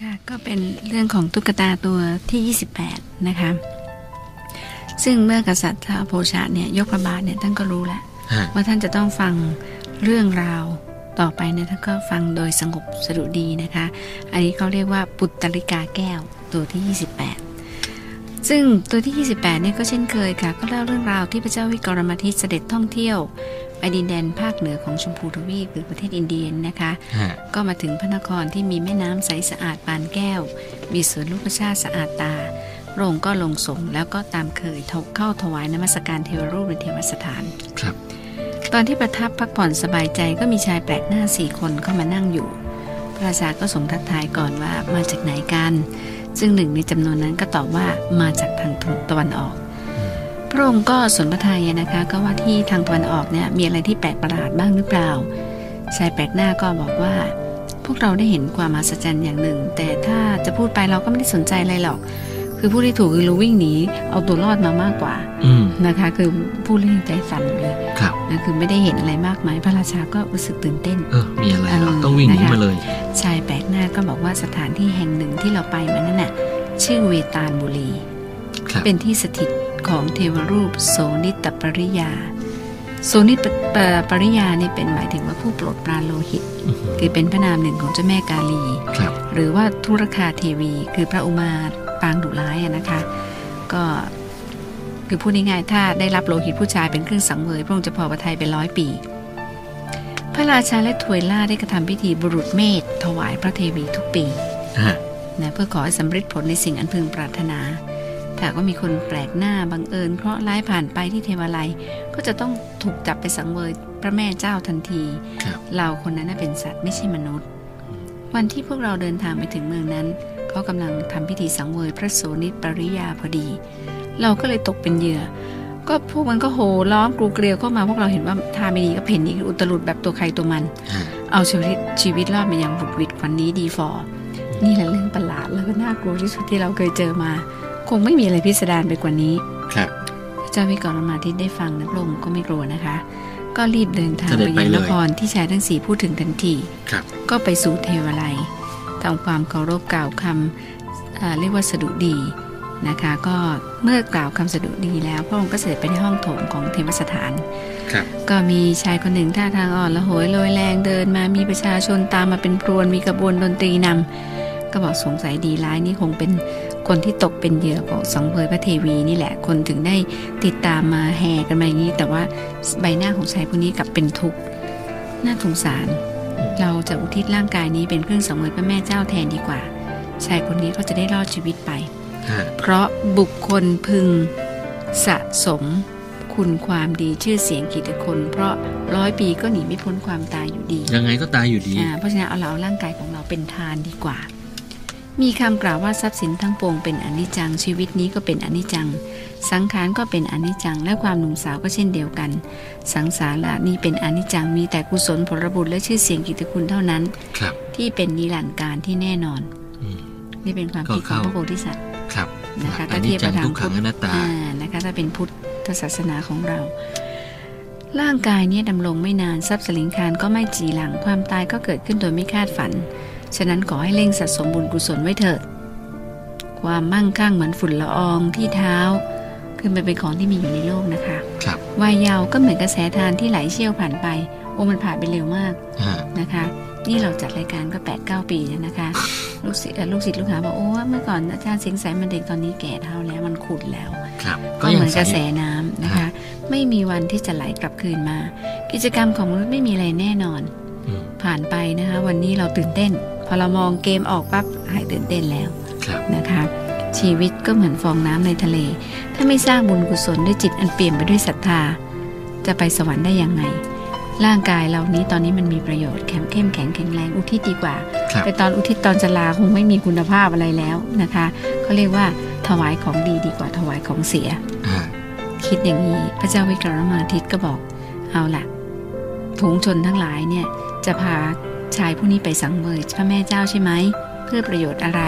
ค่ะก็เป็นเรื่องของตุ๊กตาตัวที่ 28 นะคะ ซึ่งเมื่อกษัตริย์ท้าวโพชะเนี่ยยกพระบาทเนี่ยท่านก็รู้แล้ว ฮะ ว่าท่านจะต้องฟังเรื่องราวต่อไปเนี่ยท่านก็ฟังโดยสงบสดุดีนะคะ อันนี้เขาเรียกว่าปุตตริกาแก้วตัวที่ 28 ซึ่งตัวที่ 28เนี่ยก็เช่นเคยค่ะ ก็เล่าเรื่องราวที่พระเจ้าวิกรมทิตเสด็จท่องเที่ยวไปดินแดนภาคเหนือของชมพูทวีปหรือประเทศอินเดียนะคะ ฮะ ก็มาถึงพระนครที่มีแม่น้ำใสสะอาดปานแก้ว มีสวนลูกประชาสะอาดตาพระองค์ก็ลงสงฆ์แล้วก็ตามเคยถกเข้าถวายนมัสการเทวรูปในเทวสถาน ครับ ตอนที่ประทับพักผ่อนสบายใจก็มีชายแปลกหน้าสี่คนเข้ามานั่งอยู่ พระราชาก็ทรงทักทายก่อนว่ามาจากไหนกัน ซึ่งหนึ่งในจำนวนนั้นก็ตอบว่ามาจากทางตะวันออก พระองค์ก็สนพระทัยนะคะก็ว่าที่ทางตะวันออกเนี่ยมีอะไรที่แปลกประหลาดบ้างหรือเปล่า ชายแปลกหน้าก็บอกว่า พวกเราได้เห็นความมหัศจรรย์อย่างหนึ่ง แต่ถ้าจะพูดไปเราก็ไม่ได้สนใจอะไรหรอก คือผู้ที่ถูกคือรู้วิ่งหนีเอาตัวรอดมามากกว่า อืม นะคะ คือพูดเรื่องใจสั่นเลย ครับ นะคือไม่ได้เห็นอะไรมากมายพระราชาก็รู้สึกตื่นเต้น เออมีอะไรเหรอ เออ ต้องวิ่งหนี นะคะ มาเลย ชายแปลกหน้าก็บอกว่าสถานที่แห่งหนึ่งที่เราไปมานั่นน่ะชื่อเวตาลบุรี ครับ เป็นที่สถิตของเทวรูปโสนิตปริยา โสนิตปปปริยาเนี่ยเป็นหมายถึงว่าผู้โปรดปรานโลหิต อื้อหือ คือเป็นพระนามหนึ่งของเจ้าแม่กาลี ครับ หรือว่าธุรคาเทวี คือพระอุมาปางดุร้ายอะนะคะ ก็คือพูดง่ายๆถ้าได้รับโลหิตผู้ชายเป็นเครื่องสังเวยพระองค์จะพอประทัยเป็นร้อยปี พระราชาและทวยล่าได้กระทำพิธีบุรุษเมธถวายพระเทวีทุกปี ฮะ นะเพื่อขอให้สำเร็จผลในสิ่งอันพึงปรารถนา ถ้าก็มีคนแปลกหน้าบังเอิญ เพราะร้ายผ่านไปที่เทวาลัย ก็จะต้องถูกจับไปสังเวยพระแม่เจ้าทันที ครับ เราคนนั้นนะเป็นสัตว์ไม่ใช่มนุษย์ วันที่พวกเราเดินทางไปถึงเมืองนั้น เขากำลังทำพิธีสังเวยพระโสนิปริยาพอดี เราก็เลยตกเป็นเหยื่อ ก็พวกมันก็โหล้อมกรูเกลียวเข้ามาพวกเราเห็นว่าท่าไม่ดีก็เพ่นหนีอุตลุดแบบตัวใครตัวมัน ฮะ เอาชีวิตชีวิตรอดมาอย่างบุดหวิดวันนี้ดีฟอร์นี่แหละเรื่องประหลาดแล้วก็น่ากลัวที่สุดที่เราเคยเจอมา คงไม่มีอะไรพิสดารไปกว่านี้ ครับ พระเจ้าวิกรมาทิตได้ฟังนะพระองค์ก็ไม่กลัวนะคะ ก็รีบเดินทาง เสด็ ไป จไป ยัง เลย นครที่ชายทั้งสี่พูดถึงทันที ครับ ก็ไปสู่เทวาลัยทำความเคารพกล่าวคำเอ่อเรียกว่าสดุดีนะคะ ก็เมื่อกล่าวคำสดุดีแล้ว พระองค์ก็เสด็จไปในห้องโถงของเทวสถาน ครับ ก็มีชายคนหนึ่งท่าทางอ่อนละโหยลอยแรงเดินมามีประชาชนตามมาเป็นพรวนมีกระบวนดนตรีนำก็บอกสงสัยดีร้ายนี่คงเป็นคนที่ตกเป็นเหยื่อของสองเบยพระเทวีนี่แหละคนถึงได้ติดตามมาแห่กันมาอย่างนี้ แต่ว่าใบหน้าของชายผู้นี้กลับเป็นทุกข์น่าสงสาร เราจะอุทิศร่างกายนี้เป็นเครื่องสังเวยพระแม่เจ้าแทนดีกว่า ชายคนนี้ก็จะได้รอดชีวิตไป ฮะ เพราะบุคคลพึงสะสมคุณความดีชื่อเสียงกิตติคน เพราะร้อยปีก็หนีไม่พ้นความตายอยู่ดี ยังไงก็ตายอยู่ดี อ่าเพราะฉะนั้นเอาเราเอาร่างกายของเราเป็นทานดีกว่า มีคำกล่าวว่าทรัพย์สินทั้งปวงเป็นอนิจจัง ชีวิตนี้ก็เป็นอนิจจัง สังขารก็เป็นอนิจจัง และความหนุ่มสาวก็เช่นเดียวกัน สังสาระนี้เป็นอนิจจังมีแต่กุศลผลบุญและชื่อเสียงกิตติคุณเท่านั้น ครับ ที่เป็นนิรันดร์การที่แน่นอน อืม นี่เป็นความ ก็ คิดของพเข้าระโพธิสัตว์ ครับ นะคะ อั ถ้าน นี้ เทียบ จั กับ ง ทา ทุ ง กขั พุ ง ทธ อนัตตา อ่านะคะถ้าเป็นพุทธศาสนาของเรา ร่างกายเนี่ยดำรงไม่นานทรัพย์สลิงคารก็ไม่จีหลังความตายก็เกิดขึ้นโดยไม่คาดฝัน ฉะนั้นขอให้เร่งสะสมบุญกุศลไว้เถิด ความมั่งคั่งเหมือนฝุ่นละอองที่เท้า คือมันเป็นของที่มีอยู่ในโลกนะคะ ครับ วัยเยาว์ก็เหมือนกระแสทานที่ไหลเชี่ยวผ่านไป โอ้มันผ่านไปเร็วมาก ฮะ นะคะนี่เราจัดรายการก็8ปดเปีแล้วนะคะ ลูกศิษย์เอ่อลูกศิษย์ลูกหาบอกโอ้เมื่อก่อนอาจารย์เสียงใสมันเด็กตอนนี้แก่เท่าแล้วมันขุดแล้ว ครับ ก็เหมือน ใส กระแสน้ำนะคะ ไม่มีวันที่จะไหลกลับคืนมา กิจกรรมของมนุษย์ไม่มีอะไรแน่นอน อืม ผ่านไปนะคะ วันนี้เราตื่นเต้น พอเรามองเกมออกปั๊บหายตื่นเต้นแล้ว ครับ นะคะ ชีวิตก็เหมือนฟองน้ำในทะเล ถ้าไม่สร้างบุญกุศลด้วยจิตอันเปี่ยมไปด้วยศรัทธา จะไปสวรรค์ได้ยังไง ร่างกายเรานี้ตอนนี้มันมีประโยชน์แข็งเข้มแข็งแข็งแรงอุทิศดีกว่า ครับ แต่ตอนอุทิศตอนจะลาคงไม่มีคุณภาพอะไรแล้วนะคะเขาเรียกว่าถวายของดีดีกว่าถวายของเสีย ฮะ คิดอย่างนี้พระเจ้าวิกรมาทิตย์ก็บอกเอาล่ะฝูงชนทั้งหลายเนี่ยจะพาชายผู้นี้ไปสังเวยพระแม่เจ้าใช่ไหมเพื่อประโยชน์อะไร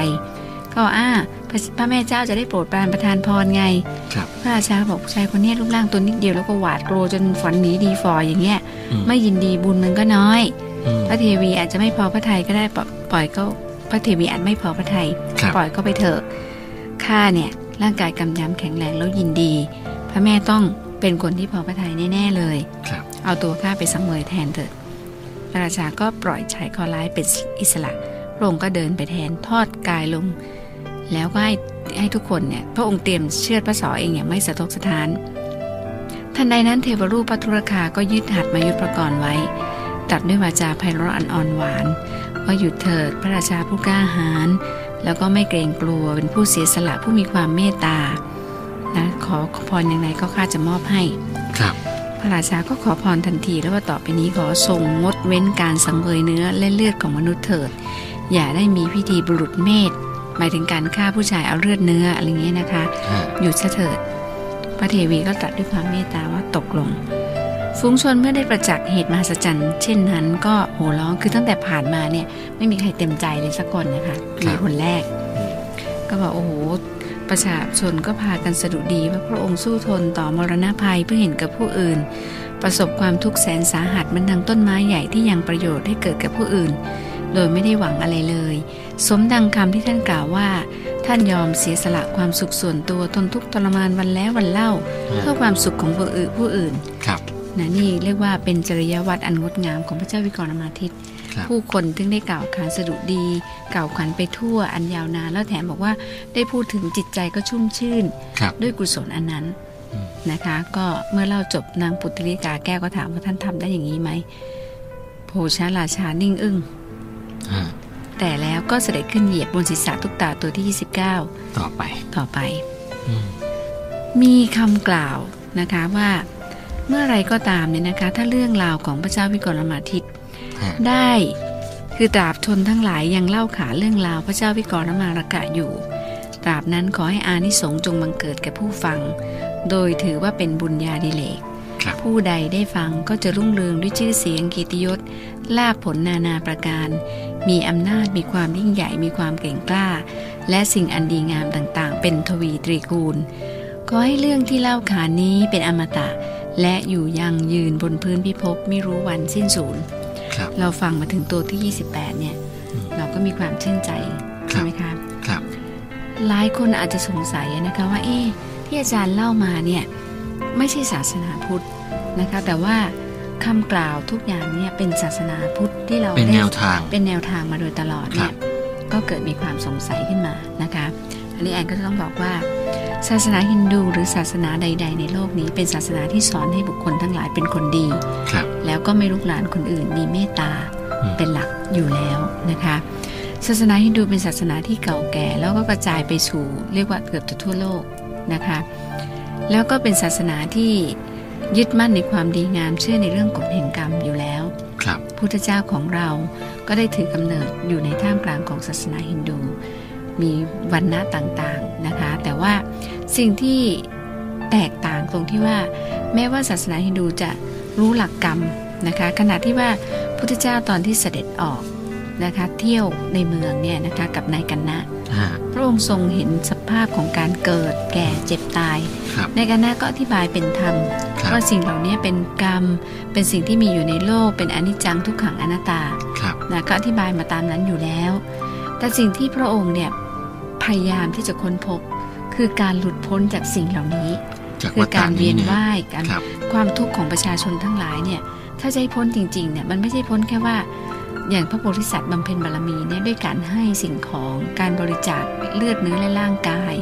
ก็อ้าพระพระแม่เจ้าจะได้โปรดปรานประทานพรไง ครับ พระราชาบอกชายคนเนี้ยรูปร่างตัวนิดเดียวแล้วก็หวาดกลัวจนฝันหนีดีฟออย่างเงี้ย อื ไม่ยินดีบุญมันก็น้อย อืม พระเทวีอาจจะไม่พอพระทัยก็ได้ปล่อยปล่อยก็ พระเทวีอาจไม่พอพระทัย ครับ ปล่อยก็ไปเถอะข้าเนี่ยร่างกายกำยำแข็งแรงแล้วยินดี พระแม่ต้องเป็นคนที่พอพระทัยแน่ๆเลย ครับ เอาตัวข้าไปสังเวยแทนเถิดพระราชาก็ปล่อยชายคอร้ายเป็นอิสระ พระองค์ก็เดินไปแทนทอดกายลง แล้วก็ให้ให้ทุกคนเนี่ย พระองค์เตรียมเชือดพระเสอเองอย่างไม่สะทกสะท้าน ทันใดนั้นเทวรูปพระธุรคาก็ยึดหัตถมายุทธประกรณ์ไว้ตรัดด้วยวาจาไพเราะอันอ่อนหวาน ว่าหยุดเถิดพระราชาผู้กล้าหาญแล้วก็ไม่เกรงกลัวเป็นผู้เสียสละผู้มีความเมตตานะขอพรอย่างไรก็ข้าจะมอบให้ ครับ พระราชาก็ขอพรทันทีแล้วว่าต่อไปนี้ขอทรงงดเว้นการสังเวยเนื้อและเลือดของมนุษย์เถิด อย่าได้มีพิธีบุรุษเมธหมายถึงการฆ่าผู้ชายเอาเลือดเนื้ออะไรเงี้ยนะคะ ฮะ หยุดซะเถิด พระเทวีก็ตรัสด้วยความเมตตาว่าตกลง ฝูงชนเมื่อได้ประจักษ์เหตุมหัศจรรย์เช่นนั้นก็โห่ร้องคือตั้งแต่ผ่านมาเนี่ยไม่มีใครเต็มใจเลยสักคนนะคะ ครั มี บ คนแรก ก็บอกโอ้โห ประชาชนก็พากันสะดุดีว่าพระองค์สู้ทนต่อมรณภัยเพื่อเห็นกับผู้อื่น ประสบความทุกข์แสนสาหัสเหมันดังต้นไม้ใหญ่ที่ยังประโยชน์ให้เกิดกับผู้อื่น โดยไม่ได้หวังอะไรเลย สมดังคำที่ท่านกล่าวว่า ท่านยอมเสียสละความสุขส่วนตัวทนทุกข์ทรมานวันแล้ววันเล่า เพื่อความสุขของผู้อื่นผู้อื่น ครับ นะนี่เรียกว่าเป็นจริยวัตรอันงดงามของพระเจ้าวิกรณมาทิตย์ ครับ ผู้คนถึงได้กล่าวขานสดุดี กล่าวขวัญไปทั่วอันยาวนานแล้วแถมบอกว่าได้พูดถึงจิตใจก็ชุ่มชื่น ครับ ด้วยกุศลอันนั้น อืม นะคะ ก็เมื่อเล่าจบนางปุตตลิกาแก้วก็ถามว่าท่านทำได้อย่างนี้ไหมโพชาราชานิ่งอึ้ง ฮะ แต่แล้วก็เสด็จขึ้นเหยียบบนศีรษะทุกตาตัวที่ ต่อไป 29 ต่อไป อืม มีคำกล่าวนะคะว่าเมื่อไรก็ตามเนี่ยนะคะ ถ้าเรื่องราวของพระเจ้าวิกรมาทิตย์ ฮะ ได้คือตราบชนทั้งหลายยังเล่าขานเรื่องราวพระเจ้าวิกรมารกะอยู่ ตราบนั้นขอให้อานิสงส์จงบังเกิดแก่ผู้ฟัง โดยถือว่าเป็นบุญญาดิเลก ครับ ผู้ใดได้ฟังก็จะรุ่งเรืองด้วยชื่อเสียงเกิตยศลาภผลนานาประการ มีอำนาจมีความยิ่งใหญ่มีความเก่งกล้า และสิ่งอันดีงามต่างๆ เป็นทวีตรีคูณ ขอให้เรื่องที่เล่าขานนี้เป็นอมตะ และอยู่ยังยืนบนพื้นพิภพไม่รู้วันสิ้นสูญ ครับ เราฟังมาถึงตัวที่ 28 เนี่ย อืม เราก็มีความชื่นใจ ครั ใช่ บ ไหมคะ ครับ หลายคนอาจจะสงสัยนะคะว่า เอ๊ะที่อาจารย์เล่ามาเนี่ย ไม่ใช่ศาสนาพุทธนะคะ แต่ว่าคำกล่าวทุกอย่างเนี่ยเป็นศาสนาพุทธที่เรา เป็น ได้ แนวทาง เป็นแนวทางมาโดยตลอดเนี่ ครั ย บ ก็เกิดมีความสงสัยขึ้นมานะคะ อันนี้แอนก็จะต้องบอกว่า ศาสนาฮินดูหรือศาสนาใด ๆ ในโลกนี้ เป็นศาสนาที่สอนให้บุคคลทั้งหลายเป็นคนดี ครับ แล้วก็ไม่ลุกลานคนอื่นมีเมตตา อืม เป็นหลักอยู่แล้วนะคะ ศาสนาฮินดูเป็นศาสนาที่เก่าแก่ แล้วก็กระจายไปสู่เรียกว่าเกือบจะทั่วโลกนะคะ แล้วก็เป็นศาสนาที่ยึดมั่นในความดีงามเชื่อในเรื่องกฎแห่งกรรมอยู่แล้ว ครับ พุทธเจ้าของเราก็ได้ถือกำเนิดอยู่ในท่ามกลางของศาสนาฮินดู มีวันณะต่างๆนะคะ แต่ว่าสิ่งที่แตกต่างตรงที่ว่า แม้ว่าศาสนาฮินดูจะรู้หลักกรรมนะคะ ขณะที่ว่าพุทธเจ้าตอนที่เสด็จออกนะคะ เที่ยวในเมืองเนี่ยนะคะกับนายกันนะ ฮะ พระองค์ทรงเห็นสภาพของการเกิดแก่เจ็บตาย ครับ นายกันนะก็อธิบายเป็นธรรม ครับ ว่าสิ่งเหล่านี้เป็นกรรม เป็นสิ่งที่มีอยู่ในโลก เป็นอนิจจังทุกขังอนัตตา ครับ นะก็อธิบายมาตามนั้นอยู่แล้ว แต่สิ่งที่พระองค์เนี่ยพยายามที่จะค้นพบ คือการหลุดพ้นจากสิ่งเหล่านี้ จาก คื วัฏ การฏะนี้ เวียน เนี่ย ว่ายการ ครับ ความทุกข์ของประชาชนทั้งหลายเนี่ย ถ้าจะให้พ้นจริงๆเนี่ยมันไม่ใช่พ้นแค่ว่า อย่างพระโพธิสัตว์บำเพ็ญบารมีเนี่ยด้วยการให้สิ่งของการบริจาคเลือดเนื้อและร่างกาย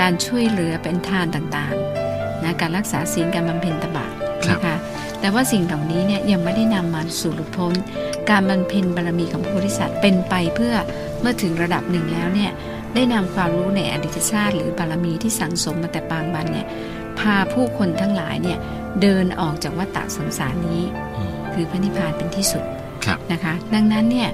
การช่วยเหลือเป็นทานต่างๆนะการรักษาศีลการบำเพ็ญตบะ ครับ นะคะ แต่ว่าสิ่งเหล่านี้เนี่ยยังไม่ได้นำมาสู่หลุดพ้น การบำเพ็ญบารมีของพระโพธิสัตว์เป็นไปเพื่อเมื่อถึงระดับหนึ่งแล้วเนี่ยได้นำความรู้ในอดีตชาติ หรือบารมีที่สั่งสมมาแต่ปางบันเนี่ยพาผู้คนทั้งหลายเนี่ยเดินออกจากวัฏฏะสงสารนี้ อืม คือพระนิพพานเป็นที่สุด ครับ นะคะ ดังนั้นเนี่ย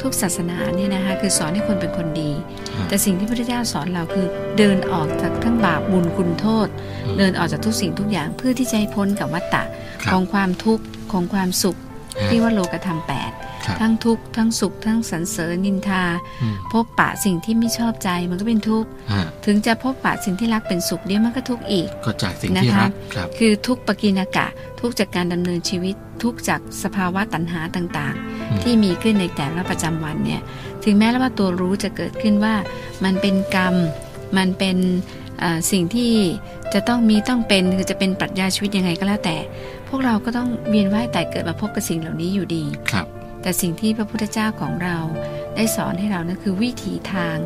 ทุกศาสนาเนี่ยนะคะคือสอนให้คนเป็นคนดี ฮะ แต่สิ่งที่พระเจ้าสอนเราคือเดินออกจากทั้งบาปบุญคุณโทษ อืม เดินออกจากทุกสิ่งทุกอย่างเพื่อที่จะให้พ้นกับวัฏฏะ ครัขบองความทุกข์ของความสุข ฮะ ที่ว่าโลกธรรมแปด ครับ ทั้งทุกข์ทั้งสุข ทั้งสรรเสริญนินทา อืม พบปะสิ่งที่ไม่ชอบใจมันก็เป็นทุกข์ ฮะ ถึงจะพบปะสิ่งที่รักเป็นสุขเดี๋ยวมันก็ทุกข์อีก ก็จากสิ่งที่ นะคะ รักครับ คือทุกข์ปกินากะ ทุกข์จากการดำเนินชีวิต ทุกข์จากสภาวะตัณหาต่าง อืม ๆ ที่มีขึ้นในแต่ละประจำวันเนี่ย ถึงแม้ว่าตัวรู้จะเกิดขึ้นว่า มันเป็นกรรม มันเป็นเอ่อสิ่งที่จะต้องมีต้องเป็นคือจะเป็นปรัชญาชีวิตยังไงก็แล้วแต่ พวกเราก็ต้องเวียนว่ายแต่เกิดมาพบกับสิ่งเหล่านี้อยู่ดี ครับ แต่สิ่งที่พระพุทธเจ้าของเราได้สอนให้เรานั่นคือวิถีทาง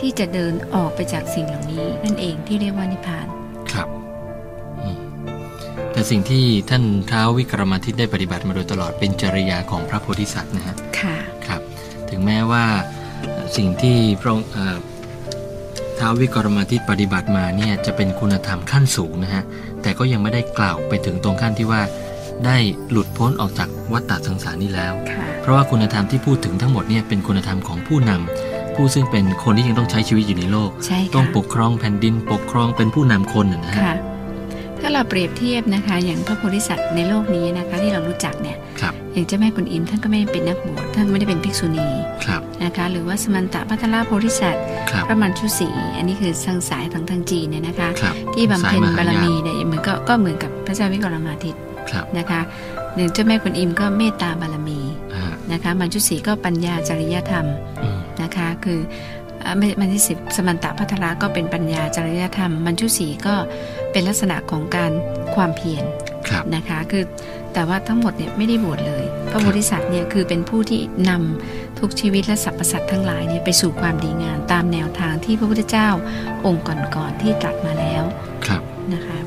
ที่จะเดินออกไปจากสิ่งเหล่านี้ นั่นเองที่เรียกว่านิพพาน ครับอืมแต่สิ่งที่ท่านท้าววิกรมทิตได้ปฏิบัติมาโดยตลอดเป็นจริยาของพระโพธิสัตว์นะฮะ ค่ะ ครับถึงแม้ว่าเอ่อสิ่งที่พระองค์เอ่อท้าววิกรมาทิตปฏิบัติมาเนี่ยจะเป็นคุณธรรมขั้นสูงนะฮะ แต่ก็ยังไม่ได้กล่าวไปถึงตรงขั้นที่ว่า ได้หลุดพ้นออกจากวัฏฏะสงสารนี้แล้ว ค่ะ เพราะว่าคุณธรรมที่พูดถึงทั้งหมดเนี่ยเป็นคุณธรรมของผู้นำผู้ซึ่งเป็นคนที่ยังต้องใช้ชีวิตอยู่ในโลก ใช่ค่ะ ต้องปกครองแผ่นดินปกครองเป็นผู้นำคนน่ะนะฮะ ค่ะ ถ้าเราเปรียบเทียบนะคะ อย่างพระโพธิสัตว์ในโลกนี้นะคะที่เรารู้จักเนี่ย ครับ อย่างเจ้าแม่กุนอิมท่านก็ไม่ได้เป็นนักบวชท่านก็ไม่ได้เป็นภิกษุณี ครับ นะคะ หรือว่าสมันตะพัทราโพธิสัตว์ ครับ พระมัญชุศรีอันนี้คือทางสายทางทางจีนเนี่ยนะคะ ครับ ที่บำเพ็ญ สยห บาร ยน มีเนี่ยเหมือนก็ก็เหมือนกับพระเจ้าวิกรมาทิตย์ ครับ นะคะหนึ่งเจ้าแม่กุนอิมก็เมตตาบารมี อ่า นะคะมัญชุศรีก็ปัญญาจริยธรรม อืม นะคะคือเอ่อไม่มันที่สิบสมันตะพัทราก็เป็นปัญญาจริยธรรม มันชุสีก็เป็นลักษณะของการความเพียร ครับ นะคะคือแต่ว่าทั้งหมดเนี่ยไม่ได้บวชเลย พระโพธิสัตว์เนี่ยคือเป็นผู้ที่นำทุกชีวิตและสรรพสัตว์ทั้งหลายเนี่ยไปสู่ความดีงามตามแนวทางที่พระพุทธเจ้าองค์ก่อนๆที่ตรัสมาแล้ว ครับ นะคะ